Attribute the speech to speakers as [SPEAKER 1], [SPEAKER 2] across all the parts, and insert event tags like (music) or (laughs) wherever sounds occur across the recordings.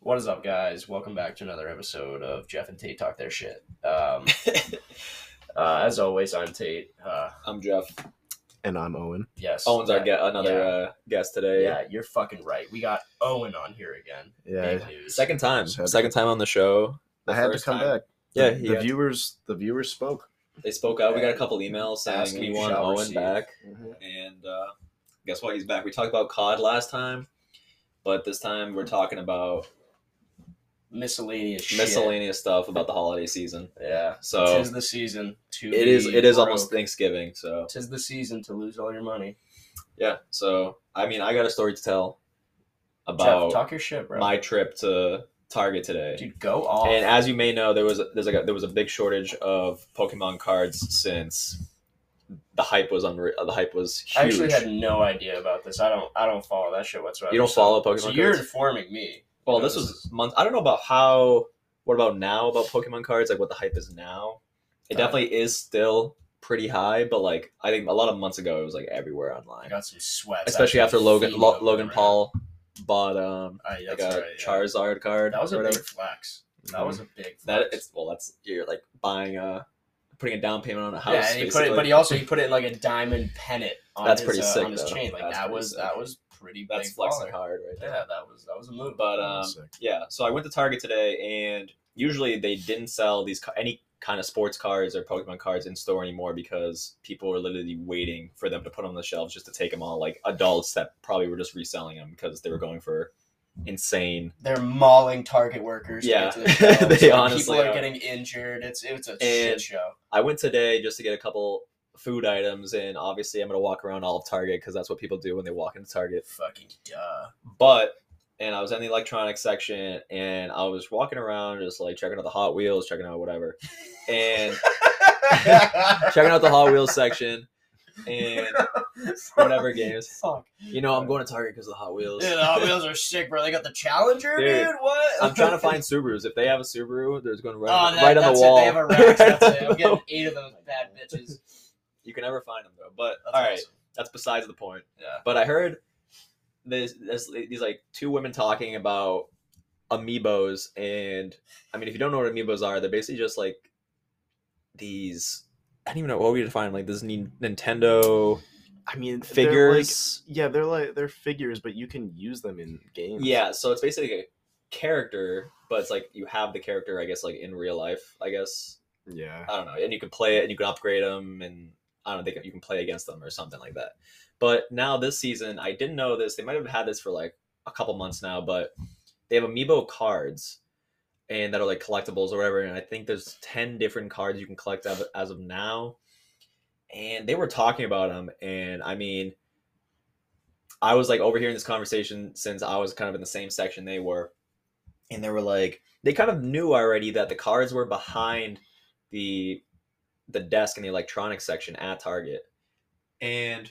[SPEAKER 1] What is up, guys? Welcome back to another episode of Jeff and Tate Talk Their Shit.
[SPEAKER 2] (laughs)
[SPEAKER 1] Um, uh, as always, I'm Tate. Uh,
[SPEAKER 2] I'm Jeff.
[SPEAKER 3] And I'm Owen.
[SPEAKER 1] yes.
[SPEAKER 2] Owen's our
[SPEAKER 1] that-
[SPEAKER 2] get another uh, guest today.
[SPEAKER 1] Yeah, you're fucking right. We got Owen on here again.
[SPEAKER 3] Yeah,
[SPEAKER 1] Big news.
[SPEAKER 2] Second time.
[SPEAKER 3] Just had to-
[SPEAKER 2] Second time on the show. The
[SPEAKER 3] I had to
[SPEAKER 2] first
[SPEAKER 3] come
[SPEAKER 2] time-
[SPEAKER 3] back.
[SPEAKER 2] Yeah,
[SPEAKER 3] the,
[SPEAKER 2] he
[SPEAKER 3] the
[SPEAKER 2] had-
[SPEAKER 3] viewers, the viewers spoke.
[SPEAKER 2] They spoke out. We got
[SPEAKER 1] Yeah.
[SPEAKER 2] a couple emails saying
[SPEAKER 1] Asking
[SPEAKER 2] we
[SPEAKER 1] you
[SPEAKER 2] want
[SPEAKER 1] shall
[SPEAKER 2] Owen
[SPEAKER 1] receive.
[SPEAKER 2] back,
[SPEAKER 1] Mm-hmm.
[SPEAKER 2] and uh, guess what? He's back. We talked about COD last time, but this time we're talking about
[SPEAKER 1] Miscellaneous shit.
[SPEAKER 2] miscellaneous stuff about the holiday season.
[SPEAKER 1] Yeah.
[SPEAKER 2] So
[SPEAKER 1] Tis the season to
[SPEAKER 2] Oh. it is.
[SPEAKER 1] be
[SPEAKER 2] It is
[SPEAKER 1] broke.
[SPEAKER 2] almost Thanksgiving. So
[SPEAKER 1] Tis the season to lose all your money.
[SPEAKER 2] yeah. So I mean, I got a story to tell about
[SPEAKER 1] Jeff, talk your shit, bro.
[SPEAKER 2] my trip to Target today.
[SPEAKER 1] Dude, go off.
[SPEAKER 2] And as you may know, there was there's like a, there was a big shortage of Pokemon cards since the hype was unre- uh, the hype was huge.
[SPEAKER 1] I actually had no idea about this. I don't. I don't follow that shit whatsoever.
[SPEAKER 2] you don't follow Pokemon
[SPEAKER 1] So
[SPEAKER 2] cards.
[SPEAKER 1] you're informing me.
[SPEAKER 2] well,
[SPEAKER 1] you know,
[SPEAKER 2] this
[SPEAKER 1] this
[SPEAKER 2] was month. I don't know about how. What about now about Pokemon cards? Like what the hype is now? It
[SPEAKER 1] Uh,
[SPEAKER 2] definitely is still pretty high, but like I think a lot of months ago, it was like everywhere
[SPEAKER 1] I
[SPEAKER 2] online.
[SPEAKER 1] got some sweats. actually
[SPEAKER 2] Especially after Logan
[SPEAKER 1] feeding
[SPEAKER 2] Lo-
[SPEAKER 1] over
[SPEAKER 2] Logan
[SPEAKER 1] right
[SPEAKER 2] Paul bought um
[SPEAKER 1] now. Aye,
[SPEAKER 2] like
[SPEAKER 1] that's
[SPEAKER 2] a
[SPEAKER 1] right, yeah.
[SPEAKER 2] Charizard card.
[SPEAKER 1] That was
[SPEAKER 2] or
[SPEAKER 1] a big
[SPEAKER 2] whatever. Mm-hmm.
[SPEAKER 1] flex. That was a big flex.
[SPEAKER 2] that it's well that's you're like buying a putting a down payment on a house.
[SPEAKER 1] yeah, and he put it,
[SPEAKER 2] basically.
[SPEAKER 1] but he also he put it in like a diamond pennant on
[SPEAKER 2] That's
[SPEAKER 1] his,
[SPEAKER 2] pretty
[SPEAKER 1] uh,
[SPEAKER 2] sick,
[SPEAKER 1] on his
[SPEAKER 2] though.
[SPEAKER 1] chain. Like
[SPEAKER 2] That's
[SPEAKER 1] that
[SPEAKER 2] pretty
[SPEAKER 1] was
[SPEAKER 2] sick.
[SPEAKER 1] that was pretty
[SPEAKER 2] That's
[SPEAKER 1] big.
[SPEAKER 2] flexing
[SPEAKER 1] baller.
[SPEAKER 2] hard right there.
[SPEAKER 1] Yeah, that was that was a move. uh,
[SPEAKER 2] But um,
[SPEAKER 3] Sick.
[SPEAKER 2] yeah, so I went to Target today, and usually they didn't sell these ca- any kind of sports cards or Pokemon cards in store anymore because people were literally waiting for them to put on the shelves just to take them all. Like adults that probably were just reselling them because they were going for insane.
[SPEAKER 1] They're mauling target workers. to
[SPEAKER 2] Yeah.
[SPEAKER 1] get
[SPEAKER 2] (laughs)
[SPEAKER 1] to the shelves.
[SPEAKER 2] They
[SPEAKER 1] People
[SPEAKER 2] honestly
[SPEAKER 1] are
[SPEAKER 2] are.
[SPEAKER 1] getting injured. It's it's a shit
[SPEAKER 2] And-
[SPEAKER 1] show.
[SPEAKER 2] I went today just to get a couple food items, and obviously I'm gonna walk around all of Target because that's what people do when they walk into Target.
[SPEAKER 1] Fucking duh.
[SPEAKER 2] but and I was in the electronics section and I was walking around just like checking out the Hot Wheels, checking out whatever, and checking out the Hot Wheels section and whatever games.
[SPEAKER 1] (laughs) Fuck.
[SPEAKER 2] You know, I'm going to Target because of the Hot Wheels.
[SPEAKER 1] Dude, the Hot Wheels are sick, bro. They got the Challenger, dude.
[SPEAKER 2] Dude,
[SPEAKER 1] What?
[SPEAKER 2] I'm trying to find Subarus. If they have a Subaru, there's going right,
[SPEAKER 1] Oh,
[SPEAKER 2] on, the-
[SPEAKER 1] that,
[SPEAKER 2] right on
[SPEAKER 1] that's
[SPEAKER 2] the
[SPEAKER 1] it.
[SPEAKER 2] wall.
[SPEAKER 1] They have a rack.
[SPEAKER 2] (laughs) Right
[SPEAKER 1] That's it.
[SPEAKER 2] on
[SPEAKER 1] I'm
[SPEAKER 2] the
[SPEAKER 1] getting
[SPEAKER 2] wall.
[SPEAKER 1] eight of those
[SPEAKER 2] (laughs)
[SPEAKER 1] bad bitches.
[SPEAKER 2] You can never find them though. But
[SPEAKER 1] That's
[SPEAKER 2] all right,
[SPEAKER 1] awesome.
[SPEAKER 2] that's besides the point.
[SPEAKER 1] Yeah.
[SPEAKER 2] But I heard this, this these like two women talking about amiibos, and I mean, if you don't know what amiibos are, they're basically just like these. I don't even know what we define like this Nin- Nintendo
[SPEAKER 3] I mean, they're
[SPEAKER 2] figures.
[SPEAKER 3] like- yeah, they're like they're figures, but you can use them in games.
[SPEAKER 2] yeah, so it's basically a character, but it's like you have the character, I guess, like in real life. I guess
[SPEAKER 3] yeah.
[SPEAKER 2] I don't know, and you can play it, and you can upgrade them, and I don't think you can play against them or something like that. But now this season, I didn't know this. They might have had this for like a couple months now, but they have amiibo cards, and that are like collectibles or whatever. And I think there's ten different cards you can collect as, as of now. And they were talking about them, and I mean, I was like overhearing this conversation since I was kind of in the same section they were, and they were like they kind of knew already that the cards were behind the the desk in the electronics section at Target, and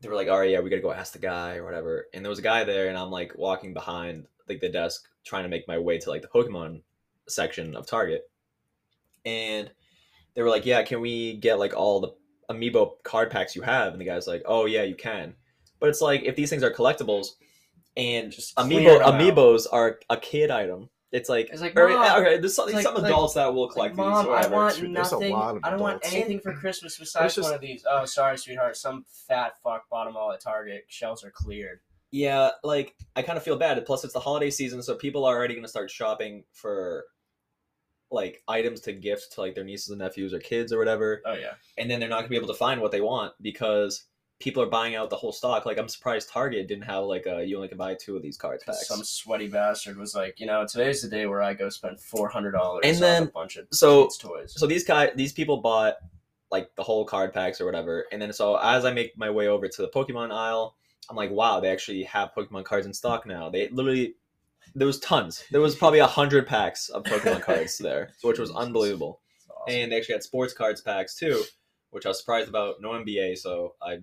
[SPEAKER 2] they were like, "All right, yeah, we gotta go ask the guy or whatever." And there was a guy there, and I'm like walking behind like the desk, trying to make my way to like the Pokemon section of Target, and they were like, "Yeah, can we get like all the amiibo card packs you have?" And the guy's like, "Oh yeah, you can," but it's like if these things are collectibles, and
[SPEAKER 1] Just clear
[SPEAKER 2] amiibo
[SPEAKER 1] them out.
[SPEAKER 2] amiibos are a kid item. It's like,
[SPEAKER 1] It's like,
[SPEAKER 2] or-
[SPEAKER 1] "Mom,"
[SPEAKER 2] okay, there's some,
[SPEAKER 1] it's like-
[SPEAKER 2] some
[SPEAKER 1] like-
[SPEAKER 2] adults that will collect
[SPEAKER 1] Like,
[SPEAKER 2] these.
[SPEAKER 1] Mom,
[SPEAKER 2] Or
[SPEAKER 1] I
[SPEAKER 2] whatever.
[SPEAKER 1] want
[SPEAKER 3] Dude, there's a
[SPEAKER 1] nothing.
[SPEAKER 3] lot of
[SPEAKER 1] I don't want
[SPEAKER 3] adults.
[SPEAKER 1] anything for Christmas besides
[SPEAKER 3] just-
[SPEAKER 1] one of these. Oh, sorry, sweetheart. Some fat fuck bought them all at Target. Shelves are cleared.
[SPEAKER 2] Yeah, like I kind of feel bad. Plus, it's the holiday season, so people are already going to start shopping for like items to gift to like their nieces and nephews or kids or whatever,
[SPEAKER 1] Oh yeah.
[SPEAKER 2] and then they're not going to be able to find what they want because people are buying out the whole stock. Like I'm surprised Target didn't have like a you only can buy two of these cards packs.
[SPEAKER 1] Some sweaty bastard was like, you know, today's the day where I go spend four hundred dollars
[SPEAKER 2] And
[SPEAKER 1] on
[SPEAKER 2] then-
[SPEAKER 1] a bunch of
[SPEAKER 2] so-
[SPEAKER 1] kids' toys.
[SPEAKER 2] so these guy these people bought like the whole card packs or whatever and then so as i make my way over to the pokemon aisle i'm like wow they actually have pokemon cards in stock now they literally there was tons there was probably a hundred packs of
[SPEAKER 1] (laughs)
[SPEAKER 2] pokemon cards there which was
[SPEAKER 3] Jesus.
[SPEAKER 2] unbelievable
[SPEAKER 1] It's awesome.
[SPEAKER 2] and they actually had sports cards packs too which i was surprised about no nba so i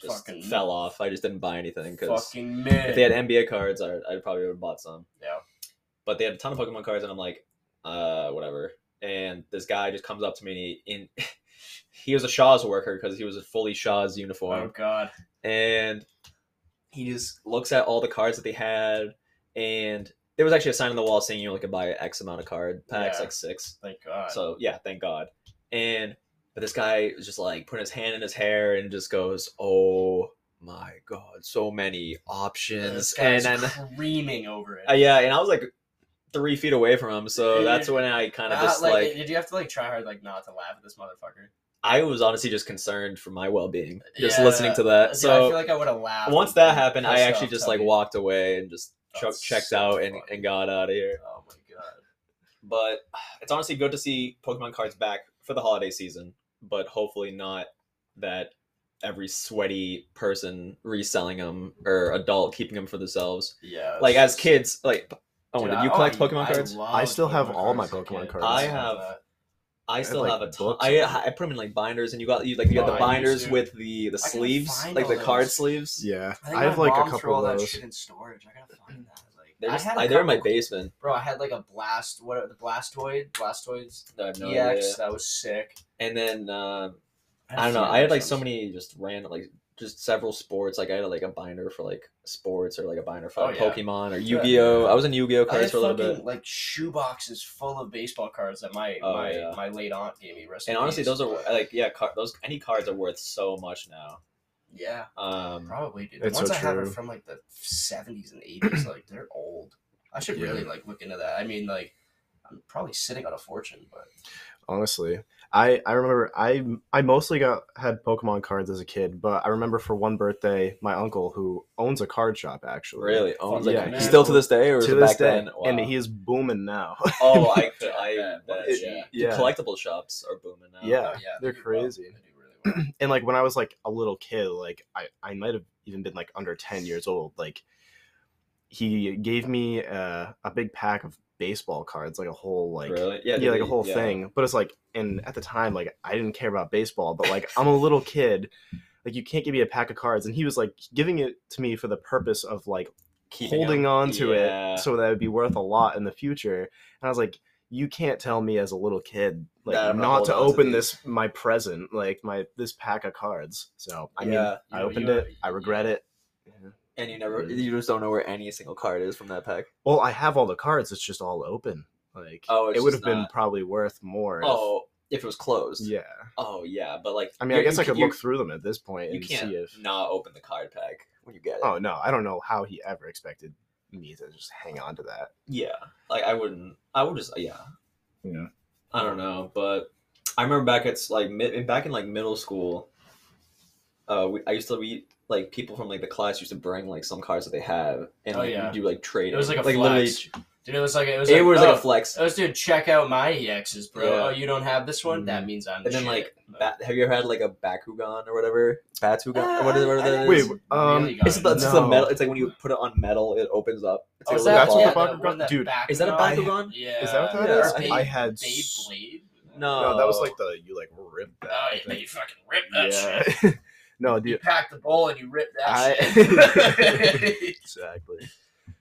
[SPEAKER 2] just
[SPEAKER 1] Fucking-
[SPEAKER 2] fell off i just didn't buy anything because
[SPEAKER 1] fucking man.
[SPEAKER 2] if they had nba cards i, I probably would have bought some
[SPEAKER 1] yeah.
[SPEAKER 2] but they had a ton of Pokemon cards, and I'm like, uh, whatever. And this guy just comes up to me in. (laughs) He was a Shaw's worker because he was a fully Shaw's
[SPEAKER 1] Oh
[SPEAKER 2] uniform,
[SPEAKER 1] god.
[SPEAKER 2] and he just looks at all the cards that they had, and there was actually a sign on the wall saying you only could buy X amount of card packs,
[SPEAKER 1] Yeah.
[SPEAKER 2] like six.
[SPEAKER 1] Thank God.
[SPEAKER 2] So yeah, thank God. And but this guy was just like putting his hand in his hair and just goes, "Oh my God, so many options!"
[SPEAKER 1] This
[SPEAKER 2] And
[SPEAKER 1] guy's
[SPEAKER 2] then
[SPEAKER 1] screaming over it.
[SPEAKER 2] uh, yeah, and I was like three feet away from him, so
[SPEAKER 1] Dude.
[SPEAKER 2] that's when I kind of
[SPEAKER 1] Not,
[SPEAKER 2] just
[SPEAKER 1] like,
[SPEAKER 2] like
[SPEAKER 1] did you have to like try hard like not to laugh at this motherfucker?
[SPEAKER 2] I was honestly just concerned for my well being, just
[SPEAKER 1] Yeah.
[SPEAKER 2] listening to that.
[SPEAKER 1] Dude, I
[SPEAKER 2] so
[SPEAKER 1] feel like I would have laughed.
[SPEAKER 2] once
[SPEAKER 1] if
[SPEAKER 2] that
[SPEAKER 1] you
[SPEAKER 2] happened, I
[SPEAKER 1] pissed
[SPEAKER 2] actually
[SPEAKER 1] off
[SPEAKER 2] just like
[SPEAKER 1] Tubby.
[SPEAKER 2] walked away and just chuck-
[SPEAKER 1] That's
[SPEAKER 2] checked
[SPEAKER 1] so
[SPEAKER 2] out and,
[SPEAKER 1] funny.
[SPEAKER 2] and got out of here.
[SPEAKER 1] Oh my god.
[SPEAKER 2] But (sighs) it's honestly good to see Pokemon cards back for the holiday season, but hopefully not that every sweaty person reselling them or adult keeping them for themselves.
[SPEAKER 1] Yeah.
[SPEAKER 2] Like
[SPEAKER 1] it's
[SPEAKER 2] as
[SPEAKER 1] just-
[SPEAKER 2] kids, like oh,
[SPEAKER 1] Dude,
[SPEAKER 2] did
[SPEAKER 1] I-
[SPEAKER 2] you collect
[SPEAKER 1] oh,
[SPEAKER 2] Pokemon cards?
[SPEAKER 1] loved
[SPEAKER 3] I still have all my
[SPEAKER 1] as a
[SPEAKER 3] Pokemon
[SPEAKER 1] kid.
[SPEAKER 3] cards.
[SPEAKER 2] I have- I,
[SPEAKER 3] had,
[SPEAKER 2] still
[SPEAKER 3] like,
[SPEAKER 2] have a ton.
[SPEAKER 3] books
[SPEAKER 2] I,
[SPEAKER 3] of 'em.
[SPEAKER 2] I put them in like binders, and you got you like you got
[SPEAKER 1] Oh, I
[SPEAKER 2] the binders
[SPEAKER 1] used to.
[SPEAKER 2] with the the
[SPEAKER 1] gotta
[SPEAKER 2] sleeves,
[SPEAKER 1] find
[SPEAKER 2] like
[SPEAKER 1] all
[SPEAKER 2] the card
[SPEAKER 1] those.
[SPEAKER 2] sleeves.
[SPEAKER 3] Yeah,
[SPEAKER 1] I, think
[SPEAKER 3] I
[SPEAKER 1] my
[SPEAKER 3] have like a
[SPEAKER 1] mom threw all
[SPEAKER 3] couple of
[SPEAKER 1] that
[SPEAKER 3] those.
[SPEAKER 1] shit in storage. I gotta find that. Like
[SPEAKER 2] They're,
[SPEAKER 1] I
[SPEAKER 2] just,
[SPEAKER 1] had a
[SPEAKER 2] like, they're in my
[SPEAKER 1] couple-
[SPEAKER 2] basement.
[SPEAKER 1] Bro, I had like a blast. What are the Blastoid? Blastoids.
[SPEAKER 2] I have no idea.
[SPEAKER 1] EX. That was sick.
[SPEAKER 2] And then uh,
[SPEAKER 1] had a
[SPEAKER 2] I don't know.
[SPEAKER 1] few
[SPEAKER 2] I had
[SPEAKER 1] other
[SPEAKER 2] like so
[SPEAKER 1] ones.
[SPEAKER 2] many just random like just several sports. Like I had like a binder for like sports or like a binder for
[SPEAKER 1] Oh,
[SPEAKER 2] like,
[SPEAKER 1] yeah.
[SPEAKER 2] Pokemon or
[SPEAKER 1] Yeah.
[SPEAKER 2] Yu Gi Oh. I was in Yu Gi Oh
[SPEAKER 1] I
[SPEAKER 2] cards
[SPEAKER 1] had
[SPEAKER 2] for a little
[SPEAKER 1] fucking,
[SPEAKER 2] bit.
[SPEAKER 1] like shoeboxes full of baseball cards that my
[SPEAKER 2] Oh,
[SPEAKER 1] my,
[SPEAKER 2] yeah.
[SPEAKER 1] my late aunt gave me. Rest
[SPEAKER 2] And
[SPEAKER 1] in
[SPEAKER 2] honestly,
[SPEAKER 1] peace.
[SPEAKER 2] those are like yeah, car- those any cards are worth so much now.
[SPEAKER 1] yeah,
[SPEAKER 2] Um,
[SPEAKER 1] probably dude. The
[SPEAKER 3] It's so
[SPEAKER 1] ones I have are
[SPEAKER 3] true.
[SPEAKER 1] from like the seventies and
[SPEAKER 3] (clears throat)
[SPEAKER 1] eighties. like they're old. I should
[SPEAKER 3] Yeah.
[SPEAKER 1] really like look into that. I mean, like I'm probably sitting on a fortune, but
[SPEAKER 3] honestly. I, I remember I I mostly got had Pokemon cards as a kid, but I remember for one birthday, my uncle who owns a card shop actually.
[SPEAKER 2] really, owns like
[SPEAKER 3] Yeah,
[SPEAKER 2] a-
[SPEAKER 3] he-
[SPEAKER 2] still to this day or is
[SPEAKER 3] To
[SPEAKER 2] it
[SPEAKER 3] this
[SPEAKER 2] back
[SPEAKER 3] day,
[SPEAKER 2] then?
[SPEAKER 3] and
[SPEAKER 2] Wow.
[SPEAKER 1] (laughs)
[SPEAKER 3] he is booming now. (laughs)
[SPEAKER 2] oh, I
[SPEAKER 1] Yeah,
[SPEAKER 2] could, I
[SPEAKER 1] yeah,
[SPEAKER 2] bet,
[SPEAKER 1] it-
[SPEAKER 2] yeah. The
[SPEAKER 3] yeah.
[SPEAKER 2] collectible shops are booming now.
[SPEAKER 3] Yeah.
[SPEAKER 1] oh, yeah,
[SPEAKER 3] they're
[SPEAKER 1] they do
[SPEAKER 3] crazy.
[SPEAKER 1] Well. They do really well.
[SPEAKER 3] and like when I was like a little kid, like I I might have even been like under ten years old. Like he gave me uh, a big pack of baseball cards, like a whole like
[SPEAKER 2] really?
[SPEAKER 3] yeah,
[SPEAKER 2] did
[SPEAKER 3] like a
[SPEAKER 2] he-
[SPEAKER 3] whole
[SPEAKER 2] yeah.
[SPEAKER 3] thing. But it's like, and at the time, like I didn't care about baseball, but like I'm a little kid. Like you can't give me a pack of cards, and he was like giving it to me for the purpose of like
[SPEAKER 2] Keeping
[SPEAKER 3] holding
[SPEAKER 2] them.
[SPEAKER 3] on to
[SPEAKER 2] Yeah.
[SPEAKER 3] it so that it would be worth a lot in the future. And I was like, you can't tell me as a little kid like
[SPEAKER 2] That I'm gonna
[SPEAKER 3] not
[SPEAKER 2] hold
[SPEAKER 3] to
[SPEAKER 2] on to
[SPEAKER 3] open
[SPEAKER 2] these.
[SPEAKER 3] this my present, like my this pack of cards. So I mean,
[SPEAKER 2] Yeah.
[SPEAKER 3] I
[SPEAKER 1] You-
[SPEAKER 3] opened
[SPEAKER 1] you-
[SPEAKER 3] it. I regret it.
[SPEAKER 2] and you never, you just don't know where any single card is from that pack.
[SPEAKER 3] Well, I have all the cards. It's just all open. Like
[SPEAKER 2] Oh, it's
[SPEAKER 3] it would
[SPEAKER 2] just
[SPEAKER 3] have been
[SPEAKER 2] not-
[SPEAKER 3] probably worth more. if-
[SPEAKER 2] Oh, if it was closed.
[SPEAKER 3] yeah.
[SPEAKER 2] Oh yeah, but like
[SPEAKER 3] I mean, I
[SPEAKER 2] you're-
[SPEAKER 3] guess
[SPEAKER 2] you
[SPEAKER 3] I could
[SPEAKER 2] ca- you're-
[SPEAKER 3] look through them at this point
[SPEAKER 2] You
[SPEAKER 3] and
[SPEAKER 2] can't
[SPEAKER 3] see if.
[SPEAKER 2] not open the card pack when you get it.
[SPEAKER 3] Oh no, I don't know how he ever expected me to just hang on to that.
[SPEAKER 2] Yeah, like I wouldn't. I would just yeah.
[SPEAKER 3] Yeah.
[SPEAKER 2] I don't know, but I remember back at like mid, back in like middle school. Uh, we, I used to we like people from like the class used to bring like some cards that they have and
[SPEAKER 1] Oh,
[SPEAKER 2] like,
[SPEAKER 1] yeah.
[SPEAKER 2] you do like trade.
[SPEAKER 1] It was like a
[SPEAKER 2] literally,
[SPEAKER 1] flex. Dude, it was like it was.
[SPEAKER 2] it was like
[SPEAKER 1] oh,
[SPEAKER 2] a flex.
[SPEAKER 1] Oh, dude, check out my EXs, bro.
[SPEAKER 2] Yeah.
[SPEAKER 1] Oh, you don't have this one?
[SPEAKER 3] Mhm.
[SPEAKER 1] That means I'm.
[SPEAKER 2] And then,
[SPEAKER 1] shit.
[SPEAKER 2] like, Ba- have you ever had like a Bakugan or whatever?
[SPEAKER 1] Uh,
[SPEAKER 2] Batugan or whatever,
[SPEAKER 1] I- I
[SPEAKER 2] whatever
[SPEAKER 1] never
[SPEAKER 2] that
[SPEAKER 3] Wait,
[SPEAKER 2] is.
[SPEAKER 1] really
[SPEAKER 3] um,
[SPEAKER 1] got
[SPEAKER 2] It's,
[SPEAKER 1] it.
[SPEAKER 2] the, it's the
[SPEAKER 3] No.
[SPEAKER 2] metal. It's like when you put it on metal, it opens up. It's
[SPEAKER 1] Oh,
[SPEAKER 2] like
[SPEAKER 1] is
[SPEAKER 2] a little
[SPEAKER 1] that,
[SPEAKER 3] that's
[SPEAKER 2] ball.
[SPEAKER 3] what
[SPEAKER 1] yeah,
[SPEAKER 3] the
[SPEAKER 1] that
[SPEAKER 3] Bakugan-
[SPEAKER 1] one that
[SPEAKER 3] dude,
[SPEAKER 2] is that a
[SPEAKER 1] Bakugan-
[SPEAKER 2] Bakugan?
[SPEAKER 1] Yeah.
[SPEAKER 3] Is that what
[SPEAKER 2] that
[SPEAKER 1] Or
[SPEAKER 2] is?
[SPEAKER 1] Bey-
[SPEAKER 3] I had s-
[SPEAKER 1] Beyblade.
[SPEAKER 3] No, that was
[SPEAKER 2] No.
[SPEAKER 3] like the you like ripped that.
[SPEAKER 1] Oh,
[SPEAKER 3] thing.
[SPEAKER 1] yeah, you fucking rip that shit.
[SPEAKER 3] (laughs) no,
[SPEAKER 1] You
[SPEAKER 3] dude.
[SPEAKER 1] pack the bowl and you rip that
[SPEAKER 3] I- (laughs)
[SPEAKER 1] shit.
[SPEAKER 3] Exactly.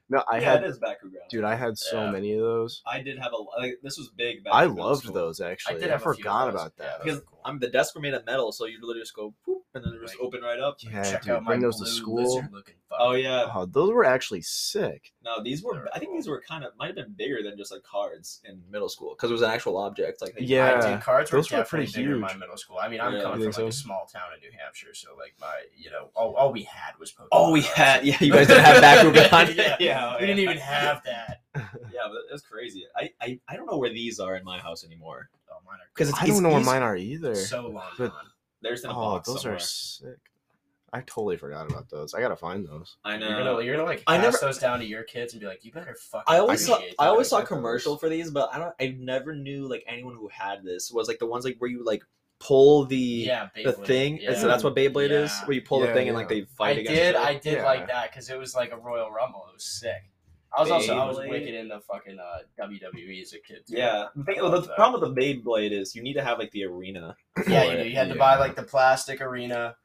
[SPEAKER 3] No, I
[SPEAKER 2] yeah,
[SPEAKER 3] had
[SPEAKER 2] it is Bakugan.
[SPEAKER 3] dude, I had so
[SPEAKER 1] Yeah.
[SPEAKER 3] many of those.
[SPEAKER 2] I did have a like, this was big. Back
[SPEAKER 3] I
[SPEAKER 2] in middle
[SPEAKER 3] loved
[SPEAKER 2] school.
[SPEAKER 3] those actually. I,
[SPEAKER 1] did have a few of
[SPEAKER 3] forgot
[SPEAKER 1] those,
[SPEAKER 3] about that.
[SPEAKER 1] yeah.
[SPEAKER 2] because I'm the desks were made of metal, so you literally just go whoop, and then they just
[SPEAKER 1] Right.
[SPEAKER 2] open right up.
[SPEAKER 3] Yeah,
[SPEAKER 1] check
[SPEAKER 3] dude,
[SPEAKER 1] out my
[SPEAKER 3] bring those to
[SPEAKER 1] blue
[SPEAKER 3] school.
[SPEAKER 1] looking
[SPEAKER 2] Oh yeah,
[SPEAKER 3] Oh, those were actually sick.
[SPEAKER 2] no, these were. I think these were kind of might have been bigger than just like cards in middle school because it was an actual object. Like they-
[SPEAKER 3] Yeah.
[SPEAKER 1] I, dude, cards
[SPEAKER 3] those
[SPEAKER 1] were,
[SPEAKER 3] were
[SPEAKER 1] definitely
[SPEAKER 3] pretty
[SPEAKER 1] bigger in my
[SPEAKER 3] huge.
[SPEAKER 1] middle school. I mean, I'm
[SPEAKER 2] Yeah.
[SPEAKER 1] coming
[SPEAKER 3] You
[SPEAKER 1] from
[SPEAKER 3] think
[SPEAKER 1] like a
[SPEAKER 3] so?
[SPEAKER 1] small town in New Hampshire, so like my, you know, all, all we had was Pokemon.
[SPEAKER 2] oh we
[SPEAKER 1] cards. Oh,
[SPEAKER 2] had yeah, (laughs) you guys didn't have Bakugan.
[SPEAKER 1] Yeah.
[SPEAKER 2] (laughs) yeah,
[SPEAKER 1] We didn't even have that.
[SPEAKER 2] Yeah, but it was crazy. I, I I don't know where these are in my house anymore
[SPEAKER 1] Oh, mine are
[SPEAKER 2] because
[SPEAKER 3] I don't know where mine are either.
[SPEAKER 1] so long
[SPEAKER 3] But-
[SPEAKER 1] gone.
[SPEAKER 2] There's in a
[SPEAKER 3] oh,
[SPEAKER 2] box
[SPEAKER 3] those
[SPEAKER 2] somewhere.
[SPEAKER 3] are sick. I totally forgot about those. I gotta find those.
[SPEAKER 2] I know.
[SPEAKER 1] You're gonna, you're gonna like
[SPEAKER 2] I
[SPEAKER 1] pass
[SPEAKER 2] never-
[SPEAKER 1] those down to your kids and be like, you better fucking.
[SPEAKER 2] I always saw
[SPEAKER 1] appreciate
[SPEAKER 2] I
[SPEAKER 1] that."
[SPEAKER 2] always saw
[SPEAKER 3] I
[SPEAKER 2] a
[SPEAKER 3] thought
[SPEAKER 2] commercial
[SPEAKER 3] it was-
[SPEAKER 2] for these, but I don't I never knew like anyone who had this was like the ones like where you like pull the
[SPEAKER 1] yeah,
[SPEAKER 2] the
[SPEAKER 1] Beyblade.
[SPEAKER 2] thing.
[SPEAKER 1] Yeah.
[SPEAKER 2] So that's what Beyblade is,
[SPEAKER 1] Yeah.
[SPEAKER 2] where you pull the
[SPEAKER 3] Yeah,
[SPEAKER 2] thing and like
[SPEAKER 3] yeah.
[SPEAKER 2] they
[SPEAKER 1] I
[SPEAKER 2] fight against.
[SPEAKER 1] did.
[SPEAKER 2] it.
[SPEAKER 1] I did
[SPEAKER 3] Yeah.
[SPEAKER 1] like that because it was like a Royal Rumble. It was sick. I was also I was
[SPEAKER 2] Beyblade.
[SPEAKER 1] wicked into fucking uh, WWE as a kid. Too.
[SPEAKER 2] yeah. The, thing, well, the problem with the Beyblade is you need to have like the arena.
[SPEAKER 1] yeah.
[SPEAKER 2] for
[SPEAKER 1] You, know,
[SPEAKER 2] it.
[SPEAKER 1] you had to
[SPEAKER 3] Yeah.
[SPEAKER 1] buy like the plastic arena,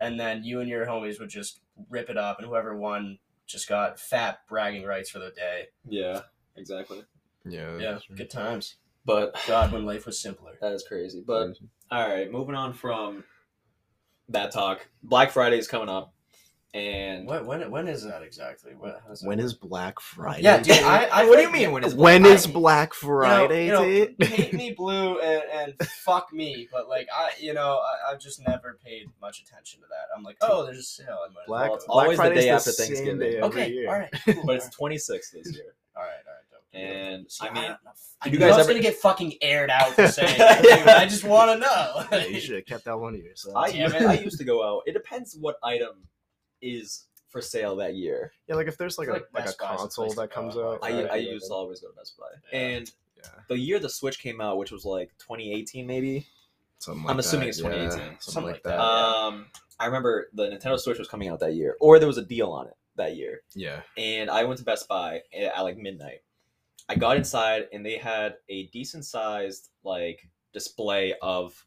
[SPEAKER 1] and then you and your homies would just rip it up, and whoever won just got fat bragging rights for the day.
[SPEAKER 2] Yeah, exactly.
[SPEAKER 3] Yeah.
[SPEAKER 1] Yeah, good times.
[SPEAKER 2] But
[SPEAKER 1] God, when life was simpler.
[SPEAKER 2] (laughs) that is crazy. But all right, moving on from that talk. Black Friday is coming up. and
[SPEAKER 1] When, when, when is that exactly? When, how does that
[SPEAKER 3] When
[SPEAKER 1] work?
[SPEAKER 3] is Black Friday?
[SPEAKER 1] Yeah, dude. I, I
[SPEAKER 2] what do you mean when is
[SPEAKER 3] when
[SPEAKER 1] I-
[SPEAKER 3] is Black
[SPEAKER 1] You know-
[SPEAKER 3] Friday,
[SPEAKER 1] you know, (laughs)
[SPEAKER 3] dude?
[SPEAKER 2] (laughs)
[SPEAKER 1] paint me blue and, and fuck me, but like I, you know, I, I've just never paid much attention to that. I'm like, oh, there's a sale. I might as
[SPEAKER 3] Black,
[SPEAKER 1] well
[SPEAKER 2] it's
[SPEAKER 1] go.
[SPEAKER 2] always the
[SPEAKER 3] Friday's
[SPEAKER 2] day after
[SPEAKER 3] same
[SPEAKER 2] Thanksgiving.
[SPEAKER 3] day every
[SPEAKER 1] okay,
[SPEAKER 3] year.
[SPEAKER 1] all
[SPEAKER 2] (laughs)
[SPEAKER 1] right, cool,
[SPEAKER 2] but it's
[SPEAKER 1] all
[SPEAKER 2] 26 this (laughs) year.
[SPEAKER 1] right, all right, all right, dope.
[SPEAKER 2] And
[SPEAKER 1] See,
[SPEAKER 2] I mean,
[SPEAKER 1] don't know. I
[SPEAKER 2] you
[SPEAKER 1] you
[SPEAKER 2] guys
[SPEAKER 1] guys are
[SPEAKER 2] ever-
[SPEAKER 1] gonna get fucking aired out for saying that, dude. I just want to know. (laughs)
[SPEAKER 3] Yeah, you should have kept that one to yourself.
[SPEAKER 2] I,
[SPEAKER 1] Damn it.
[SPEAKER 2] I used to go out. It depends what item is for sale that year.
[SPEAKER 3] yeah, like if there's like a
[SPEAKER 1] It's
[SPEAKER 3] like,
[SPEAKER 1] like
[SPEAKER 3] a
[SPEAKER 1] Best Buy's the
[SPEAKER 3] console
[SPEAKER 1] place to
[SPEAKER 3] that
[SPEAKER 1] go.
[SPEAKER 3] comes out,
[SPEAKER 2] I,
[SPEAKER 1] Right.
[SPEAKER 2] I
[SPEAKER 3] Friday,
[SPEAKER 2] used to always go to Best Buy.
[SPEAKER 1] Yeah.
[SPEAKER 2] And
[SPEAKER 3] yeah,
[SPEAKER 2] the year the Switch came out, which was like 2018 maybe,
[SPEAKER 3] something
[SPEAKER 2] I'm
[SPEAKER 3] like
[SPEAKER 2] assuming
[SPEAKER 3] that,
[SPEAKER 2] it's
[SPEAKER 3] yeah,
[SPEAKER 2] 2018,
[SPEAKER 3] something,
[SPEAKER 1] something
[SPEAKER 3] like
[SPEAKER 1] like
[SPEAKER 3] that.
[SPEAKER 1] that. Oh, Yeah.
[SPEAKER 2] um, I remember the Nintendo Switch was coming out that year, or there was a deal on it that year.
[SPEAKER 3] Yeah,
[SPEAKER 2] And I went to Best Buy at, at like midnight. I got inside and they had a decent sized like display of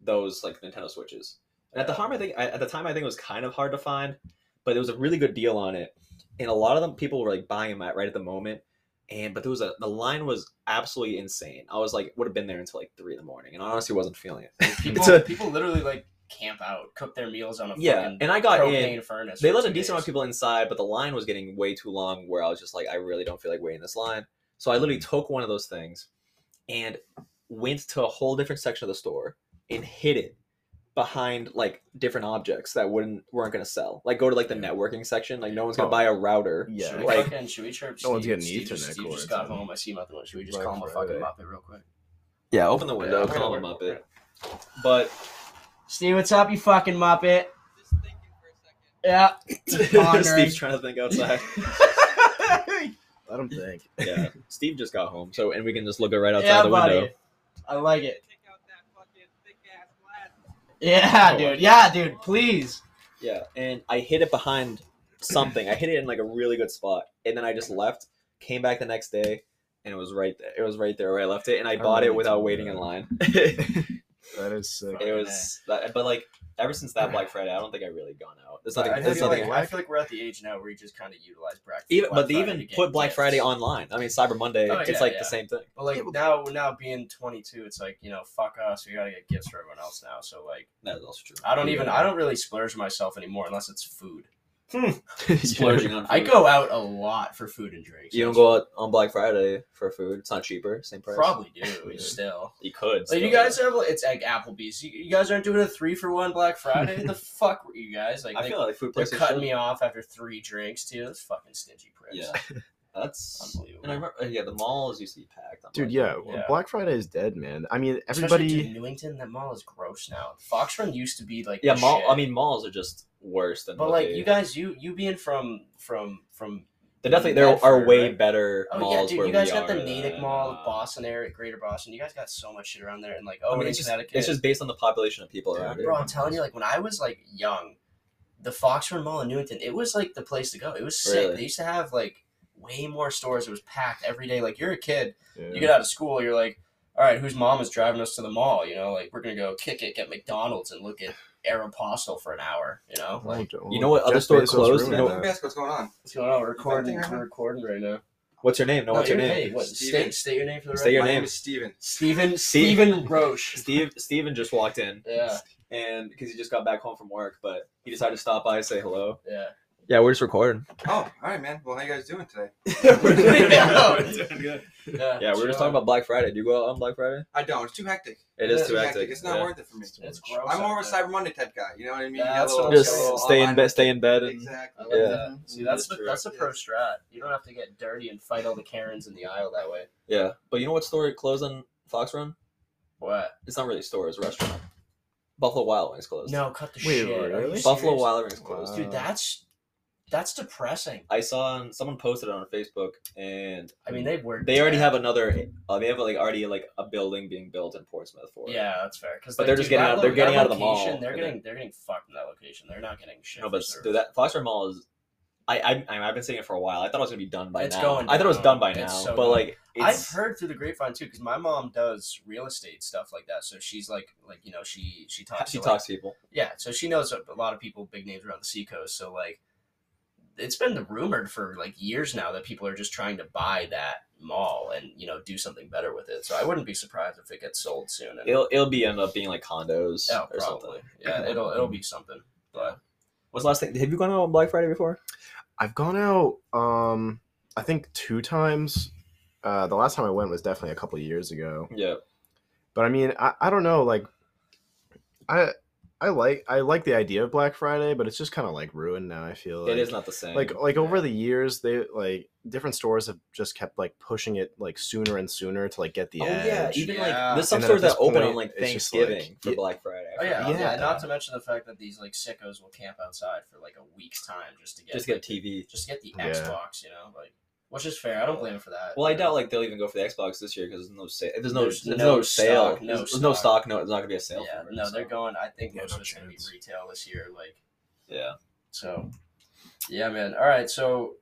[SPEAKER 2] those like Nintendo Switches. And at the harm, I think at the time I think it was kind of hard to find, but there was a really good deal on it, and a lot of them people were like buying them at right at the moment. And but there was a the line was absolutely insane. I was like would have been there until like three in the morning, and I honestly wasn't feeling it. It's
[SPEAKER 1] people,
[SPEAKER 2] a-
[SPEAKER 1] people literally like camp out, cook their meals on a
[SPEAKER 2] yeah,
[SPEAKER 1] fucking
[SPEAKER 2] and I got in.
[SPEAKER 1] propane furnace.
[SPEAKER 2] They
[SPEAKER 1] for
[SPEAKER 2] let a
[SPEAKER 1] two
[SPEAKER 2] decent amount of
[SPEAKER 1] days.
[SPEAKER 2] people inside, but the line was getting way too long. Where I was just like, I really don't feel like waiting this line. So I
[SPEAKER 1] Mm.
[SPEAKER 2] literally took one of those things and went to a whole different section of the store and hid it behind like different objects that wouldn't weren't going to sell. Like go to like the networking section. Like no one's going
[SPEAKER 3] Oh.
[SPEAKER 2] to buy a router.
[SPEAKER 3] Yeah.
[SPEAKER 1] Should we
[SPEAKER 2] Like-
[SPEAKER 1] fucking, should we chirp?
[SPEAKER 3] No one's
[SPEAKER 1] Steve?
[SPEAKER 3] getting
[SPEAKER 1] Steve, just-
[SPEAKER 3] Ethernet
[SPEAKER 1] Steve just
[SPEAKER 3] cords
[SPEAKER 1] got
[SPEAKER 3] on.
[SPEAKER 1] home. I see him out the window. Should we just
[SPEAKER 3] Black
[SPEAKER 1] call him a fucking
[SPEAKER 3] Friday.
[SPEAKER 1] muppet real quick?
[SPEAKER 2] Yeah, open the window,
[SPEAKER 1] Yeah,
[SPEAKER 2] call
[SPEAKER 1] we're-
[SPEAKER 2] them up
[SPEAKER 1] we're- (laughs)
[SPEAKER 2] it. But
[SPEAKER 1] Steve, what's up, you fucking muppet? Yeah. Pondering.
[SPEAKER 2] (laughs) Steve's trying to think
[SPEAKER 1] (laughs)
[SPEAKER 2] outside.
[SPEAKER 3] let them think.
[SPEAKER 2] yeah, Steve just got home, so and we can just look it right outside
[SPEAKER 1] yeah,
[SPEAKER 2] the
[SPEAKER 1] buddy.
[SPEAKER 2] window.
[SPEAKER 1] I like it.
[SPEAKER 4] Kick out that fucking thick ass glass.
[SPEAKER 1] Yeah,
[SPEAKER 2] Oh,
[SPEAKER 1] dude. Yeah, dude. Please.
[SPEAKER 2] Yeah, and I hid it behind something. I hid it in like a really good spot, and then I just left. Came back the next day, and it was right there. It was right there where I left it, and I,
[SPEAKER 3] I
[SPEAKER 2] bought it
[SPEAKER 3] remember
[SPEAKER 2] without
[SPEAKER 3] you
[SPEAKER 2] waiting in line.
[SPEAKER 3] telling
[SPEAKER 1] (laughs)
[SPEAKER 2] it
[SPEAKER 3] That is
[SPEAKER 2] (laughs)
[SPEAKER 3] (laughs) sick.
[SPEAKER 1] Fucking
[SPEAKER 2] was, that, but like ever since that Black Friday, I don't think I really gone out. There's nothing.
[SPEAKER 1] I,
[SPEAKER 2] There's
[SPEAKER 1] feel
[SPEAKER 2] nothing.
[SPEAKER 1] like, I feel like we're at the age now where you just kind of utilize Black
[SPEAKER 2] even,
[SPEAKER 1] Black
[SPEAKER 2] but they
[SPEAKER 1] Friday to
[SPEAKER 2] even
[SPEAKER 1] get
[SPEAKER 2] put Black
[SPEAKER 1] gifts.
[SPEAKER 2] Friday online. I mean Cyber Monday.
[SPEAKER 1] Oh,
[SPEAKER 2] it's
[SPEAKER 1] yeah,
[SPEAKER 2] like
[SPEAKER 1] yeah.
[SPEAKER 2] the same thing.
[SPEAKER 1] But like
[SPEAKER 3] Yeah, but-
[SPEAKER 1] now, now being 22, it's like you know, fuck us. We gotta get gifts for everyone else now. So like,
[SPEAKER 2] That is also true.
[SPEAKER 1] I
[SPEAKER 2] (laughs)
[SPEAKER 1] don't even,
[SPEAKER 3] Yeah.
[SPEAKER 1] I don't really splurge myself anymore unless it's food.
[SPEAKER 2] Splurging on. Food.
[SPEAKER 1] I go out a lot for food and drinks.
[SPEAKER 2] You don't go out on Black Friday for food. It's not cheaper. Same price.
[SPEAKER 1] Probably do still.
[SPEAKER 2] You could.
[SPEAKER 1] Like you
[SPEAKER 2] still.
[SPEAKER 1] guys have it's like Applebee's. You, you guys aren't doing a three for one Black Friday.
[SPEAKER 2] (laughs)
[SPEAKER 1] the fuck were you guys like?
[SPEAKER 2] I
[SPEAKER 1] they,
[SPEAKER 2] feel like food
[SPEAKER 1] they're
[SPEAKER 2] places.
[SPEAKER 1] cutting
[SPEAKER 2] should-
[SPEAKER 1] me off after three drinks too. Those fucking stingy pricks.
[SPEAKER 2] Yeah, (laughs) that's
[SPEAKER 1] Unbelievable.
[SPEAKER 2] And I remember, uh, yeah, the malls used to be packed. on
[SPEAKER 3] Dude,
[SPEAKER 2] Black
[SPEAKER 3] yeah,
[SPEAKER 1] Yeah.
[SPEAKER 3] Black Friday is dead, man. I mean,
[SPEAKER 1] Especially,
[SPEAKER 3] everybody.
[SPEAKER 1] dude, Newington. That mall is gross now. Fox Run used to be like
[SPEAKER 2] Yeah,
[SPEAKER 1] the
[SPEAKER 2] mall.
[SPEAKER 1] shit.
[SPEAKER 2] I mean, malls are just worse than.
[SPEAKER 1] but
[SPEAKER 2] what
[SPEAKER 1] like
[SPEAKER 2] they-
[SPEAKER 1] you guys, you you being from from from
[SPEAKER 2] they definitely there are
[SPEAKER 1] Medford,
[SPEAKER 2] way
[SPEAKER 1] right?
[SPEAKER 2] better
[SPEAKER 1] oh
[SPEAKER 2] malls
[SPEAKER 1] yeah,
[SPEAKER 2] where
[SPEAKER 1] dude, you guys
[SPEAKER 2] we
[SPEAKER 1] got the
[SPEAKER 2] are
[SPEAKER 1] Natick
[SPEAKER 2] than,
[SPEAKER 1] Mall,
[SPEAKER 2] uh,
[SPEAKER 1] Boston area, Greater Boston. You guys got so much shit around there, and like
[SPEAKER 2] I
[SPEAKER 1] oh,
[SPEAKER 2] mean,
[SPEAKER 1] in
[SPEAKER 2] it's, just,
[SPEAKER 1] Connecticut,
[SPEAKER 2] it's just based on the population of people
[SPEAKER 3] Yeah,
[SPEAKER 2] around
[SPEAKER 1] Bro,
[SPEAKER 2] here.
[SPEAKER 1] I'm telling you, like when I was like young, the Fox Run Mall in Newington, it was like the place to go. It was sick.
[SPEAKER 2] Really?
[SPEAKER 1] They used to have like way more stores. It was packed every day. Like you're a kid,
[SPEAKER 3] yeah.
[SPEAKER 1] you get out of school, you're like, all right, whose mom is driving us to the mall? You know, like we're gonna go kick it, get McDonald's, and look at Aeropostale for an hour. You know, like
[SPEAKER 3] Oh,
[SPEAKER 2] You know what other store closed? You know-
[SPEAKER 4] (laughs)
[SPEAKER 3] ruined that.
[SPEAKER 4] what's going on?
[SPEAKER 1] what's going on? We're recording.
[SPEAKER 4] Is that thing
[SPEAKER 1] We're recording right now.
[SPEAKER 2] What's your name? No, what's your
[SPEAKER 1] you're-
[SPEAKER 2] name?
[SPEAKER 1] Hey, what?
[SPEAKER 4] Steven.
[SPEAKER 1] State, state your name for the
[SPEAKER 2] State your
[SPEAKER 1] record.
[SPEAKER 2] name.
[SPEAKER 4] is Steven.
[SPEAKER 1] Steven.
[SPEAKER 2] Steve-
[SPEAKER 1] Steven Roche.
[SPEAKER 2] Steve. Steven just walked in,
[SPEAKER 1] Yeah,
[SPEAKER 2] and because he just got back home from work, but he decided to stop by and say hello.
[SPEAKER 1] yeah.
[SPEAKER 2] Yeah, we're just recording.
[SPEAKER 4] Oh, all right, man. Well, how you guys doing today?
[SPEAKER 2] yeah,
[SPEAKER 1] (laughs)
[SPEAKER 2] (laughs) we're (laughs)
[SPEAKER 3] (laughs)
[SPEAKER 1] Yeah,
[SPEAKER 2] just talking about Black Friday. Do you go out on Black Friday?
[SPEAKER 4] I don't. It's too hectic.
[SPEAKER 2] It is
[SPEAKER 1] Yeah,
[SPEAKER 2] too hectic.
[SPEAKER 4] It's not
[SPEAKER 2] yeah.
[SPEAKER 4] worth it for me.
[SPEAKER 1] It's gross.
[SPEAKER 4] I'm more
[SPEAKER 1] out
[SPEAKER 4] of a
[SPEAKER 1] there.
[SPEAKER 4] Cyber Monday type guy. You know what I mean?
[SPEAKER 1] Yeah,
[SPEAKER 4] You got
[SPEAKER 1] that's
[SPEAKER 4] a
[SPEAKER 1] what I'm saying.
[SPEAKER 4] little
[SPEAKER 2] Just stay in
[SPEAKER 1] oh,
[SPEAKER 4] online-
[SPEAKER 2] bed. Stay in bed. And,
[SPEAKER 1] I
[SPEAKER 4] Exactly.
[SPEAKER 1] like
[SPEAKER 2] Yeah.
[SPEAKER 1] that. See, that's the,
[SPEAKER 2] True.
[SPEAKER 1] that's a pro strat. You don't have to get dirty and fight all the Karens in the aisle that way.
[SPEAKER 2] Yeah, but you know what store closed on Fox Run?
[SPEAKER 1] What?
[SPEAKER 2] It's not really a store; it's a restaurant. Buffalo Wild Wings closed.
[SPEAKER 1] No, cut the
[SPEAKER 3] Wait,
[SPEAKER 1] shit. Are you
[SPEAKER 3] really?
[SPEAKER 2] Buffalo
[SPEAKER 1] serious?
[SPEAKER 2] Wild Wings closed.
[SPEAKER 3] Wow.
[SPEAKER 1] Dude, that's that's depressing.
[SPEAKER 2] I saw on- someone posted it on Facebook, and
[SPEAKER 1] I mean, they were.
[SPEAKER 2] they already have another. Uh, they have like already like a building being built in Portsmouth for. it.
[SPEAKER 1] Yeah, that's fair. Because
[SPEAKER 2] But they're just getting out- they're getting out of the mall.
[SPEAKER 1] They're
[SPEAKER 2] And
[SPEAKER 1] getting they're getting fucked in that location. They're not getting shit.
[SPEAKER 2] No,
[SPEAKER 1] for
[SPEAKER 2] but
[SPEAKER 1] service.
[SPEAKER 2] dude, that Fox Run Mall is. I, I I mean, I've been seeing it for a while. I thought it was gonna be done by
[SPEAKER 1] It's
[SPEAKER 2] now.
[SPEAKER 1] going
[SPEAKER 2] I thought it was
[SPEAKER 1] down.
[SPEAKER 2] done by
[SPEAKER 1] It's
[SPEAKER 2] now,
[SPEAKER 1] so
[SPEAKER 2] but
[SPEAKER 1] down.
[SPEAKER 2] like
[SPEAKER 1] I've
[SPEAKER 2] it's
[SPEAKER 1] heard through the grapevine too, because my mom does real estate stuff like that. So she's like, like you know, she she talks.
[SPEAKER 2] she
[SPEAKER 1] to, like,
[SPEAKER 2] talks to people.
[SPEAKER 1] Yeah, so she knows a a lot of people, big names around the seacoast. So like, it's been rumored for like years now that people are just trying to buy that mall and you know do something better with it. So I wouldn't be surprised if it gets sold soon. And,
[SPEAKER 2] It'll it'll be end up being like condos
[SPEAKER 1] yeah,
[SPEAKER 2] or
[SPEAKER 1] Oh, probably.
[SPEAKER 2] something.
[SPEAKER 1] Yeah, it'll it'll be something. But
[SPEAKER 2] What's the last thing? Have you gone out on Black Friday before?
[SPEAKER 3] I've gone out um I think two times. Uh the last time I went was definitely a couple of years ago.
[SPEAKER 2] Yeah.
[SPEAKER 3] But I mean, I, I don't know, like I I like I like the idea of Black Friday, but it's just kind of like ruined now, I feel. Like.
[SPEAKER 2] it is not the same.
[SPEAKER 3] like like over
[SPEAKER 2] Yeah.
[SPEAKER 3] the years they like different stores have just kept like pushing it like sooner and sooner to like get the
[SPEAKER 2] Oh yeah,
[SPEAKER 3] edge.
[SPEAKER 2] even
[SPEAKER 1] Yeah.
[SPEAKER 2] like there's some
[SPEAKER 3] And then
[SPEAKER 2] stores
[SPEAKER 3] at
[SPEAKER 2] that
[SPEAKER 3] this
[SPEAKER 2] open
[SPEAKER 3] point,
[SPEAKER 2] on like
[SPEAKER 3] it's just like-
[SPEAKER 2] Thanksgiving for
[SPEAKER 3] yeah.
[SPEAKER 2] Black Friday.
[SPEAKER 1] Oh yeah,
[SPEAKER 3] Yeah.
[SPEAKER 1] yeah, Not to mention the fact that these like sickos will camp outside for like a week's time just to get
[SPEAKER 2] Just get a TV.
[SPEAKER 1] just to get the
[SPEAKER 3] Yeah.
[SPEAKER 1] Xbox, you know, like which is fair. I don't blame him for that.
[SPEAKER 2] Well, I doubt like they'll even go for the Xbox this year because there's no sale. There's no
[SPEAKER 1] There's
[SPEAKER 2] there's,
[SPEAKER 1] no
[SPEAKER 2] no, sale.
[SPEAKER 1] stock, no
[SPEAKER 2] there's, there's no
[SPEAKER 1] stock.
[SPEAKER 2] stock. No, it's not gonna be a sale.
[SPEAKER 1] Yeah,
[SPEAKER 2] for it,
[SPEAKER 1] no, they're
[SPEAKER 2] so.
[SPEAKER 1] going. I think
[SPEAKER 3] Yeah,
[SPEAKER 1] most
[SPEAKER 3] no
[SPEAKER 1] of it's going to be
[SPEAKER 3] chance.
[SPEAKER 1] retail this year. Like
[SPEAKER 2] Yeah.
[SPEAKER 1] so, yeah, man. All right, so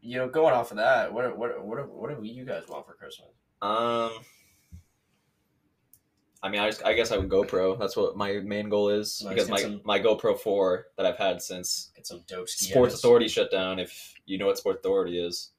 [SPEAKER 1] you know, going off of that, what what what what do you guys want for Christmas?
[SPEAKER 2] Um. I mean, I, just, I guess I would GoPro. That's what my main goal is
[SPEAKER 1] Nice,
[SPEAKER 2] because
[SPEAKER 1] get
[SPEAKER 2] my,
[SPEAKER 1] some-
[SPEAKER 2] my GoPro four that I've had since
[SPEAKER 1] Get some dope ski
[SPEAKER 2] Sports
[SPEAKER 1] outfits,
[SPEAKER 2] Authority shut down. If you know what Sports Authority is,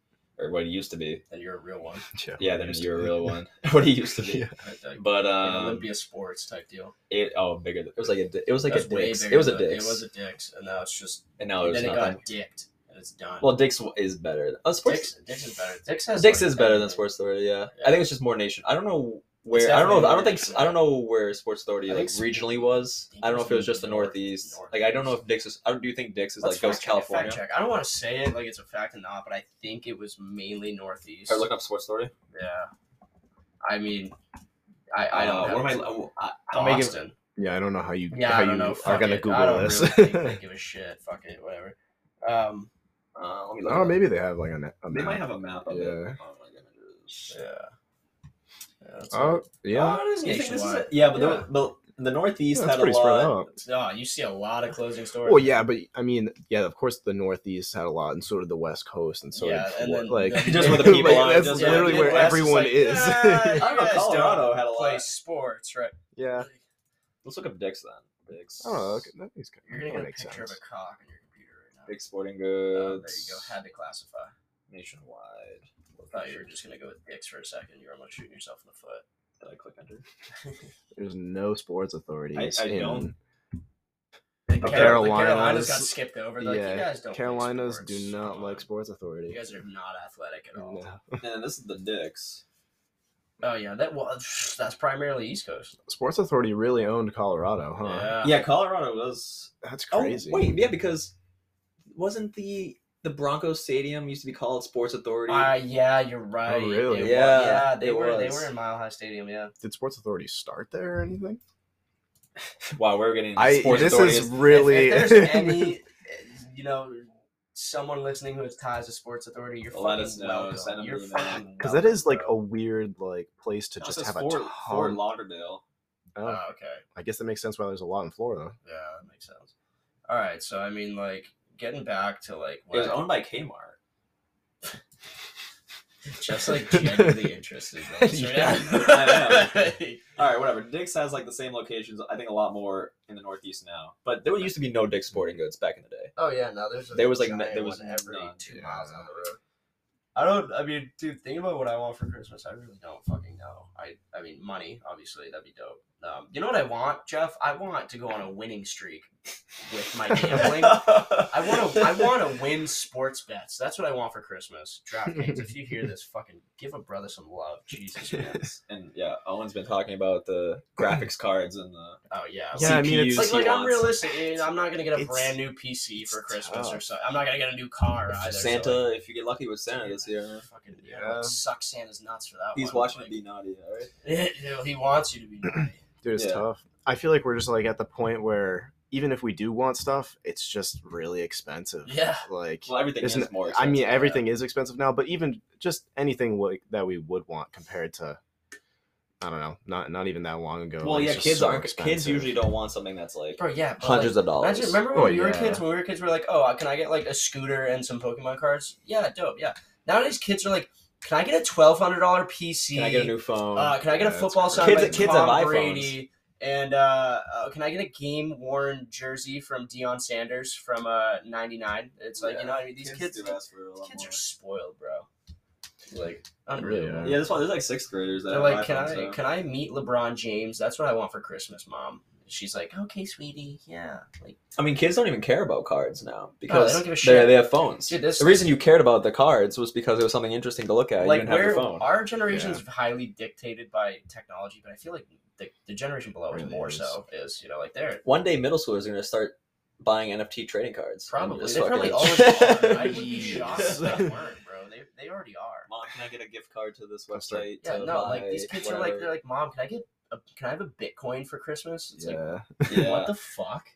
[SPEAKER 2] or what it used to be,
[SPEAKER 1] Then you're a real one,
[SPEAKER 2] (laughs) yeah, then you're a real one. (laughs) what it used to be,
[SPEAKER 3] (laughs)
[SPEAKER 1] (laughs)
[SPEAKER 3] Yeah.
[SPEAKER 1] like, like
[SPEAKER 2] but
[SPEAKER 1] an
[SPEAKER 2] um,
[SPEAKER 1] Olympia Sports type deal.
[SPEAKER 2] it oh bigger. Than, it was like a di- it was like
[SPEAKER 1] That's
[SPEAKER 2] a
[SPEAKER 1] way
[SPEAKER 2] Dick's.
[SPEAKER 1] bigger
[SPEAKER 2] It was a
[SPEAKER 1] than-
[SPEAKER 2] Dick's,
[SPEAKER 1] It was a Dix, and now it's just.
[SPEAKER 2] and now
[SPEAKER 1] and
[SPEAKER 2] it's
[SPEAKER 1] then it
[SPEAKER 2] nothing.
[SPEAKER 1] got dicked, and it's done.
[SPEAKER 2] Well, Dick's is better. Uh,
[SPEAKER 1] Dix,
[SPEAKER 2] Sports
[SPEAKER 1] Dix is better. Dix has.
[SPEAKER 2] Dick's
[SPEAKER 1] like,
[SPEAKER 2] is better than
[SPEAKER 1] everything.
[SPEAKER 2] Sports Authority. Yeah.
[SPEAKER 1] Yeah.
[SPEAKER 2] I think it's just more nation. I don't know where. I don't know.
[SPEAKER 1] definitely
[SPEAKER 2] I don't think.
[SPEAKER 1] more
[SPEAKER 2] I don't know where Sports Authority
[SPEAKER 1] I think
[SPEAKER 2] like
[SPEAKER 1] Sp-
[SPEAKER 2] regionally was. I don't know if it was just the Northeast.
[SPEAKER 1] Northeast.
[SPEAKER 2] Like I don't know if Dick's is. I don't, do you think Dick's is
[SPEAKER 1] Let's
[SPEAKER 2] like goes
[SPEAKER 1] fact check it, fact
[SPEAKER 2] California?
[SPEAKER 1] check. I don't want to say it like it's a fact or not, but I think it was mainly Northeast.
[SPEAKER 2] Or look up Sports Authority.
[SPEAKER 1] Yeah. I mean, I, I don't
[SPEAKER 2] Uh,
[SPEAKER 1] know.
[SPEAKER 2] What am I? I-
[SPEAKER 1] I'm
[SPEAKER 2] I'll make it-
[SPEAKER 1] Boston.
[SPEAKER 3] Yeah, I don't know how you
[SPEAKER 1] Yeah,
[SPEAKER 3] how
[SPEAKER 1] I don't
[SPEAKER 3] you
[SPEAKER 1] know.
[SPEAKER 3] are
[SPEAKER 1] Fuck
[SPEAKER 3] gonna
[SPEAKER 1] it. I
[SPEAKER 3] Google
[SPEAKER 1] don't
[SPEAKER 3] (laughs) this.
[SPEAKER 1] really think they give a shit. Fuck it. Whatever. Um,
[SPEAKER 2] Uh, let me look it
[SPEAKER 3] oh,
[SPEAKER 2] up.
[SPEAKER 3] maybe they have like a, na- a
[SPEAKER 2] They might
[SPEAKER 3] map.
[SPEAKER 2] have a map of
[SPEAKER 3] Yeah.
[SPEAKER 2] it. Oh my goodness.
[SPEAKER 1] yeah. Yeah, that's
[SPEAKER 3] Oh yeah,
[SPEAKER 2] Oh, it is-
[SPEAKER 1] Yeah.
[SPEAKER 2] you think this is
[SPEAKER 1] Nationwide.
[SPEAKER 2] a- yeah, but
[SPEAKER 1] Yeah.
[SPEAKER 2] The, but the Northeast
[SPEAKER 3] Yeah,
[SPEAKER 2] had
[SPEAKER 3] that's
[SPEAKER 2] a
[SPEAKER 3] pretty spread
[SPEAKER 2] lot.
[SPEAKER 3] out.
[SPEAKER 1] it. Oh, you see a lot of closing stores.
[SPEAKER 3] Well, yeah, but I mean, yeah, of course, the Northeast had a lot, and so did the West Coast, and so
[SPEAKER 1] Yeah,
[SPEAKER 3] did
[SPEAKER 1] and
[SPEAKER 3] Flor-
[SPEAKER 1] then
[SPEAKER 3] like
[SPEAKER 1] (laughs) the-
[SPEAKER 3] (laughs)
[SPEAKER 2] Just where the
[SPEAKER 3] like,
[SPEAKER 2] people are,
[SPEAKER 3] That's
[SPEAKER 2] just-
[SPEAKER 3] literally
[SPEAKER 2] yeah,
[SPEAKER 3] where
[SPEAKER 2] Midwest is
[SPEAKER 3] everyone
[SPEAKER 1] like,
[SPEAKER 3] is.
[SPEAKER 1] "Ah,
[SPEAKER 2] I don't know.
[SPEAKER 1] You guys
[SPEAKER 2] Colorado
[SPEAKER 1] don't
[SPEAKER 2] had a
[SPEAKER 1] Play
[SPEAKER 2] lot.
[SPEAKER 1] sports, right?
[SPEAKER 3] (laughs) yeah.
[SPEAKER 2] Let's look up Dix then. Dix.
[SPEAKER 3] Oh, okay. that makes good.
[SPEAKER 1] You're gonna
[SPEAKER 3] that
[SPEAKER 1] get a
[SPEAKER 3] makes
[SPEAKER 1] picture
[SPEAKER 3] sense.
[SPEAKER 1] of a cock on your computer right now.
[SPEAKER 2] Big Sporting
[SPEAKER 1] Oh,
[SPEAKER 2] Goods.
[SPEAKER 1] there you go. Had to classify.
[SPEAKER 2] Nationwide.
[SPEAKER 1] Thought you were just gonna go with dicks for a second. You're almost shooting yourself in the foot.
[SPEAKER 2] Did I click enter?
[SPEAKER 3] There's no sports authorities
[SPEAKER 2] I
[SPEAKER 3] in
[SPEAKER 2] don't-
[SPEAKER 1] And
[SPEAKER 3] The
[SPEAKER 1] Carol- the Carolinas
[SPEAKER 3] Carolinas-
[SPEAKER 1] got skipped over. Like,
[SPEAKER 3] yeah,
[SPEAKER 1] you guys don't. like
[SPEAKER 3] Carolinas. Do
[SPEAKER 1] sports.
[SPEAKER 3] not
[SPEAKER 1] Come
[SPEAKER 3] like
[SPEAKER 1] on.
[SPEAKER 3] sports
[SPEAKER 1] You
[SPEAKER 3] authority.
[SPEAKER 1] guys are not athletic at all.
[SPEAKER 3] No.
[SPEAKER 2] (laughs) and then this is the Dix.
[SPEAKER 1] Oh yeah, that was (sighs) that's primarily East Coast.
[SPEAKER 3] Sports authority really owned Colorado, huh?
[SPEAKER 1] Yeah.
[SPEAKER 2] Yeah, Colorado was.
[SPEAKER 3] That's crazy.
[SPEAKER 2] Oh wait, yeah, because wasn't the the Broncos Stadium used to be called Sports Authority?
[SPEAKER 1] Uh, yeah, you're right.
[SPEAKER 3] Oh, really?
[SPEAKER 1] It wa-
[SPEAKER 2] Yeah,
[SPEAKER 1] yeah, they
[SPEAKER 2] it
[SPEAKER 1] were they
[SPEAKER 2] was.
[SPEAKER 1] were in Mile High Stadium. Yeah,
[SPEAKER 3] Did sports authority start there or anything?
[SPEAKER 2] wow, we're getting
[SPEAKER 3] I.
[SPEAKER 2] Sports
[SPEAKER 3] this
[SPEAKER 2] Authority.
[SPEAKER 3] is really. (laughs)
[SPEAKER 1] If, if there's any, you know, someone listening who has ties to Sports Authority, you're
[SPEAKER 2] Let
[SPEAKER 1] fucking
[SPEAKER 2] us know.
[SPEAKER 1] welcome.
[SPEAKER 2] Send 'em
[SPEAKER 1] you're
[SPEAKER 2] an email.
[SPEAKER 1] fucking
[SPEAKER 3] because that is like
[SPEAKER 1] welcome,
[SPEAKER 3] a weird like place to
[SPEAKER 2] No, it
[SPEAKER 3] just
[SPEAKER 2] says
[SPEAKER 3] have
[SPEAKER 2] Fort,
[SPEAKER 3] a
[SPEAKER 2] Fort
[SPEAKER 3] ton.
[SPEAKER 2] Lauderdale.
[SPEAKER 3] Oh,
[SPEAKER 1] bro. Oh, okay.
[SPEAKER 3] I guess that makes sense why there's a lot in Florida.
[SPEAKER 1] Yeah, that makes sense. All right, so I mean, like getting back to like
[SPEAKER 2] It was
[SPEAKER 1] what-
[SPEAKER 2] owned by Kmart.
[SPEAKER 1] Jeff's (laughs) like genuinely interested. in (laughs) this right
[SPEAKER 3] Yeah,
[SPEAKER 1] now.
[SPEAKER 2] I
[SPEAKER 1] (laughs)
[SPEAKER 2] All right, whatever. Dick's has like the same locations. I think a lot more in the Northeast now, but there used to be no Dick's Sporting Goods back in the day.
[SPEAKER 1] Oh yeah, no, there's a
[SPEAKER 2] There was, like,
[SPEAKER 1] giant
[SPEAKER 2] no- there was
[SPEAKER 1] one every
[SPEAKER 2] none.
[SPEAKER 1] two
[SPEAKER 3] Yeah.
[SPEAKER 1] miles down the road. I don't. I mean, dude, think about what I want for Christmas. I really don't fucking know. I I mean, money, obviously, that'd be dope. Um, you know what I want, Jeff? I want to go on a winning streak with
[SPEAKER 2] (laughs)
[SPEAKER 1] my gambling. (laughs) I want to. I want to win sports bets. That's what I want for Christmas. DraftKings. If you hear this, fucking give a brother some love. Jesus,
[SPEAKER 2] (laughs)
[SPEAKER 1] man.
[SPEAKER 2] And yeah, Owen's been talking about the graphics cards and the
[SPEAKER 1] Oh yeah.
[SPEAKER 3] Yeah, I mean,
[SPEAKER 1] It's
[SPEAKER 3] it's-
[SPEAKER 1] like,
[SPEAKER 2] CPUs
[SPEAKER 1] like
[SPEAKER 2] he
[SPEAKER 1] I'm
[SPEAKER 2] wants.
[SPEAKER 1] realistic. and I'm not gonna get a
[SPEAKER 3] It's-
[SPEAKER 1] brand new PC for
[SPEAKER 3] it's
[SPEAKER 1] Christmas
[SPEAKER 3] tough.
[SPEAKER 1] or something. I'm not gonna get a new car either. so,
[SPEAKER 2] Santa,
[SPEAKER 1] like,
[SPEAKER 2] if you get lucky with Santa this year,
[SPEAKER 1] Fucking yeah.
[SPEAKER 3] Yeah.
[SPEAKER 1] Like, suck Santa's nuts for that.
[SPEAKER 2] he's
[SPEAKER 1] one.
[SPEAKER 2] watching it
[SPEAKER 1] Like,
[SPEAKER 2] be naughty. All right.
[SPEAKER 1] (laughs) you know, he wants you to
[SPEAKER 2] (clears throat)
[SPEAKER 1] be naughty.
[SPEAKER 3] Dude, it's
[SPEAKER 2] Yeah.
[SPEAKER 3] tough. I feel like we're just like at the point where even if we do want stuff, it's just really expensive.
[SPEAKER 1] Yeah.
[SPEAKER 3] Like
[SPEAKER 2] Well, everything
[SPEAKER 3] Isn't-
[SPEAKER 2] is more.
[SPEAKER 3] I
[SPEAKER 2] Expensive,
[SPEAKER 3] mean,
[SPEAKER 2] yeah.
[SPEAKER 3] everything is expensive now, but even just anything like that we would want compared to, I don't know, not not even that long ago.
[SPEAKER 2] Well,
[SPEAKER 3] it's
[SPEAKER 2] yeah,
[SPEAKER 3] just
[SPEAKER 2] kids
[SPEAKER 3] so
[SPEAKER 2] aren't. Kids
[SPEAKER 3] expensive.
[SPEAKER 2] usually don't want something that's like
[SPEAKER 1] Bro, yeah. But
[SPEAKER 2] hundreds
[SPEAKER 1] like,
[SPEAKER 2] of dollars.
[SPEAKER 1] Imagine, remember when
[SPEAKER 3] Oh,
[SPEAKER 1] we were
[SPEAKER 3] yeah.
[SPEAKER 1] kids? When we were kids, we were like, "Oh, can I get like a scooter and some Pokemon cards?" Yeah, dope. Yeah. Nowadays, kids are like, "Can I get a twelve hundred dollar PC?
[SPEAKER 2] Can I get a new phone?
[SPEAKER 1] Uh, can I get a
[SPEAKER 3] Yeah, that's
[SPEAKER 1] football
[SPEAKER 3] crazy.
[SPEAKER 1] signed by
[SPEAKER 2] Kids- kids
[SPEAKER 1] Tom
[SPEAKER 2] have iPhones.
[SPEAKER 1] Brady? And uh, uh, can I get a game worn jersey from Deion Sanders from uh, '99? It's like you
[SPEAKER 2] Yeah,
[SPEAKER 1] know, what I mean, these kids,
[SPEAKER 2] do ask for a
[SPEAKER 1] these
[SPEAKER 2] lot
[SPEAKER 1] kids
[SPEAKER 2] more.
[SPEAKER 1] are spoiled, bro. Like unreal.
[SPEAKER 3] are-
[SPEAKER 2] Yeah, this one. There's like sixth graders that
[SPEAKER 1] They're
[SPEAKER 2] have
[SPEAKER 1] like, can
[SPEAKER 2] iPhones,
[SPEAKER 1] I
[SPEAKER 2] so-
[SPEAKER 1] can I meet LeBron James? That's what I want for Christmas, mom. she's like, okay, sweetie, yeah. Like,
[SPEAKER 2] I mean, kids don't even care about cards now
[SPEAKER 1] they
[SPEAKER 2] because
[SPEAKER 1] don't give a
[SPEAKER 2] they
[SPEAKER 1] shit.
[SPEAKER 2] they have phones.
[SPEAKER 1] dude, this
[SPEAKER 2] The reason you cared about the cards was because it was something interesting to look at. you
[SPEAKER 1] like
[SPEAKER 2] didn't have your
[SPEAKER 1] where
[SPEAKER 2] phone.
[SPEAKER 1] our generation's highly dictated by technology, but I feel like the, the generation below it
[SPEAKER 3] Really
[SPEAKER 1] more
[SPEAKER 3] is.
[SPEAKER 1] so is you know like they're
[SPEAKER 2] One day, middle schoolers are going to start buying NFT trading cards. and
[SPEAKER 1] probably
[SPEAKER 2] just
[SPEAKER 1] they probably
[SPEAKER 2] fucking-
[SPEAKER 1] already
[SPEAKER 2] (laughs)
[SPEAKER 1] are. I would be
[SPEAKER 3] Jeez.
[SPEAKER 1] shocked if they weren't, bro. They they already are.
[SPEAKER 2] Mom, can I get a gift card to this
[SPEAKER 3] That's right.
[SPEAKER 2] website?
[SPEAKER 1] Yeah,
[SPEAKER 2] to
[SPEAKER 1] no, like these
[SPEAKER 2] buy
[SPEAKER 1] kids are like
[SPEAKER 2] whatever?"
[SPEAKER 1] they're like, mom, can I get a, can I have a Bitcoin for Christmas? It's like,
[SPEAKER 2] (laughs)
[SPEAKER 3] yeah,
[SPEAKER 1] (laughs)
[SPEAKER 2] Yeah.
[SPEAKER 1] what the fuck?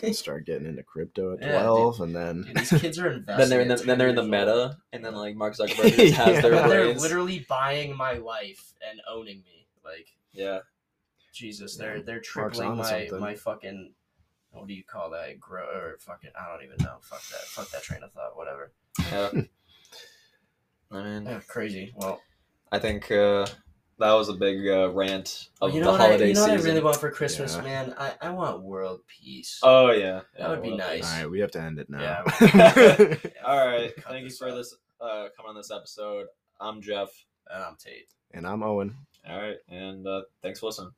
[SPEAKER 3] Gonna start getting into crypto at
[SPEAKER 1] Yeah, dude.
[SPEAKER 3] twelve, and then
[SPEAKER 1] Dude, these kids are investing.
[SPEAKER 2] then they're in the,
[SPEAKER 1] at
[SPEAKER 2] then they're in the
[SPEAKER 1] 10 years old.
[SPEAKER 2] meta, and then like Mark
[SPEAKER 1] (laughs)
[SPEAKER 2] Zuckerberg just has their
[SPEAKER 3] Yeah.
[SPEAKER 1] They're
[SPEAKER 2] brains.
[SPEAKER 1] literally buying my life and owning me. Like
[SPEAKER 2] yeah,
[SPEAKER 1] Jesus, they're
[SPEAKER 3] Yeah,
[SPEAKER 1] they're
[SPEAKER 3] Mark's
[SPEAKER 1] tripling
[SPEAKER 3] onto
[SPEAKER 1] my
[SPEAKER 3] something.
[SPEAKER 1] my fucking what do you call that? Grow or fucking I don't even know. Fuck that. Fuck that train of thought. Whatever.
[SPEAKER 2] yeah. I mean,
[SPEAKER 1] Yeah, crazy. Well,
[SPEAKER 2] I think uh, that was a big uh, rant of
[SPEAKER 1] Oh, you
[SPEAKER 2] the
[SPEAKER 1] know what? I,
[SPEAKER 2] holiday
[SPEAKER 1] you know what I
[SPEAKER 2] season.
[SPEAKER 1] really want for Christmas,
[SPEAKER 3] Yeah.
[SPEAKER 1] man. I, I want world peace. (laughs)
[SPEAKER 2] Oh yeah,
[SPEAKER 1] That would be
[SPEAKER 2] well,
[SPEAKER 1] nice.
[SPEAKER 3] all right, we have to end it now.
[SPEAKER 2] Yeah. (laughs) All right,
[SPEAKER 1] Cut
[SPEAKER 2] thank you for
[SPEAKER 1] out.
[SPEAKER 2] this uh, coming on this episode. I'm Jeff.
[SPEAKER 1] And I'm Tate.
[SPEAKER 3] (laughs) and I'm Owen.
[SPEAKER 2] All right, and uh, thanks for listening.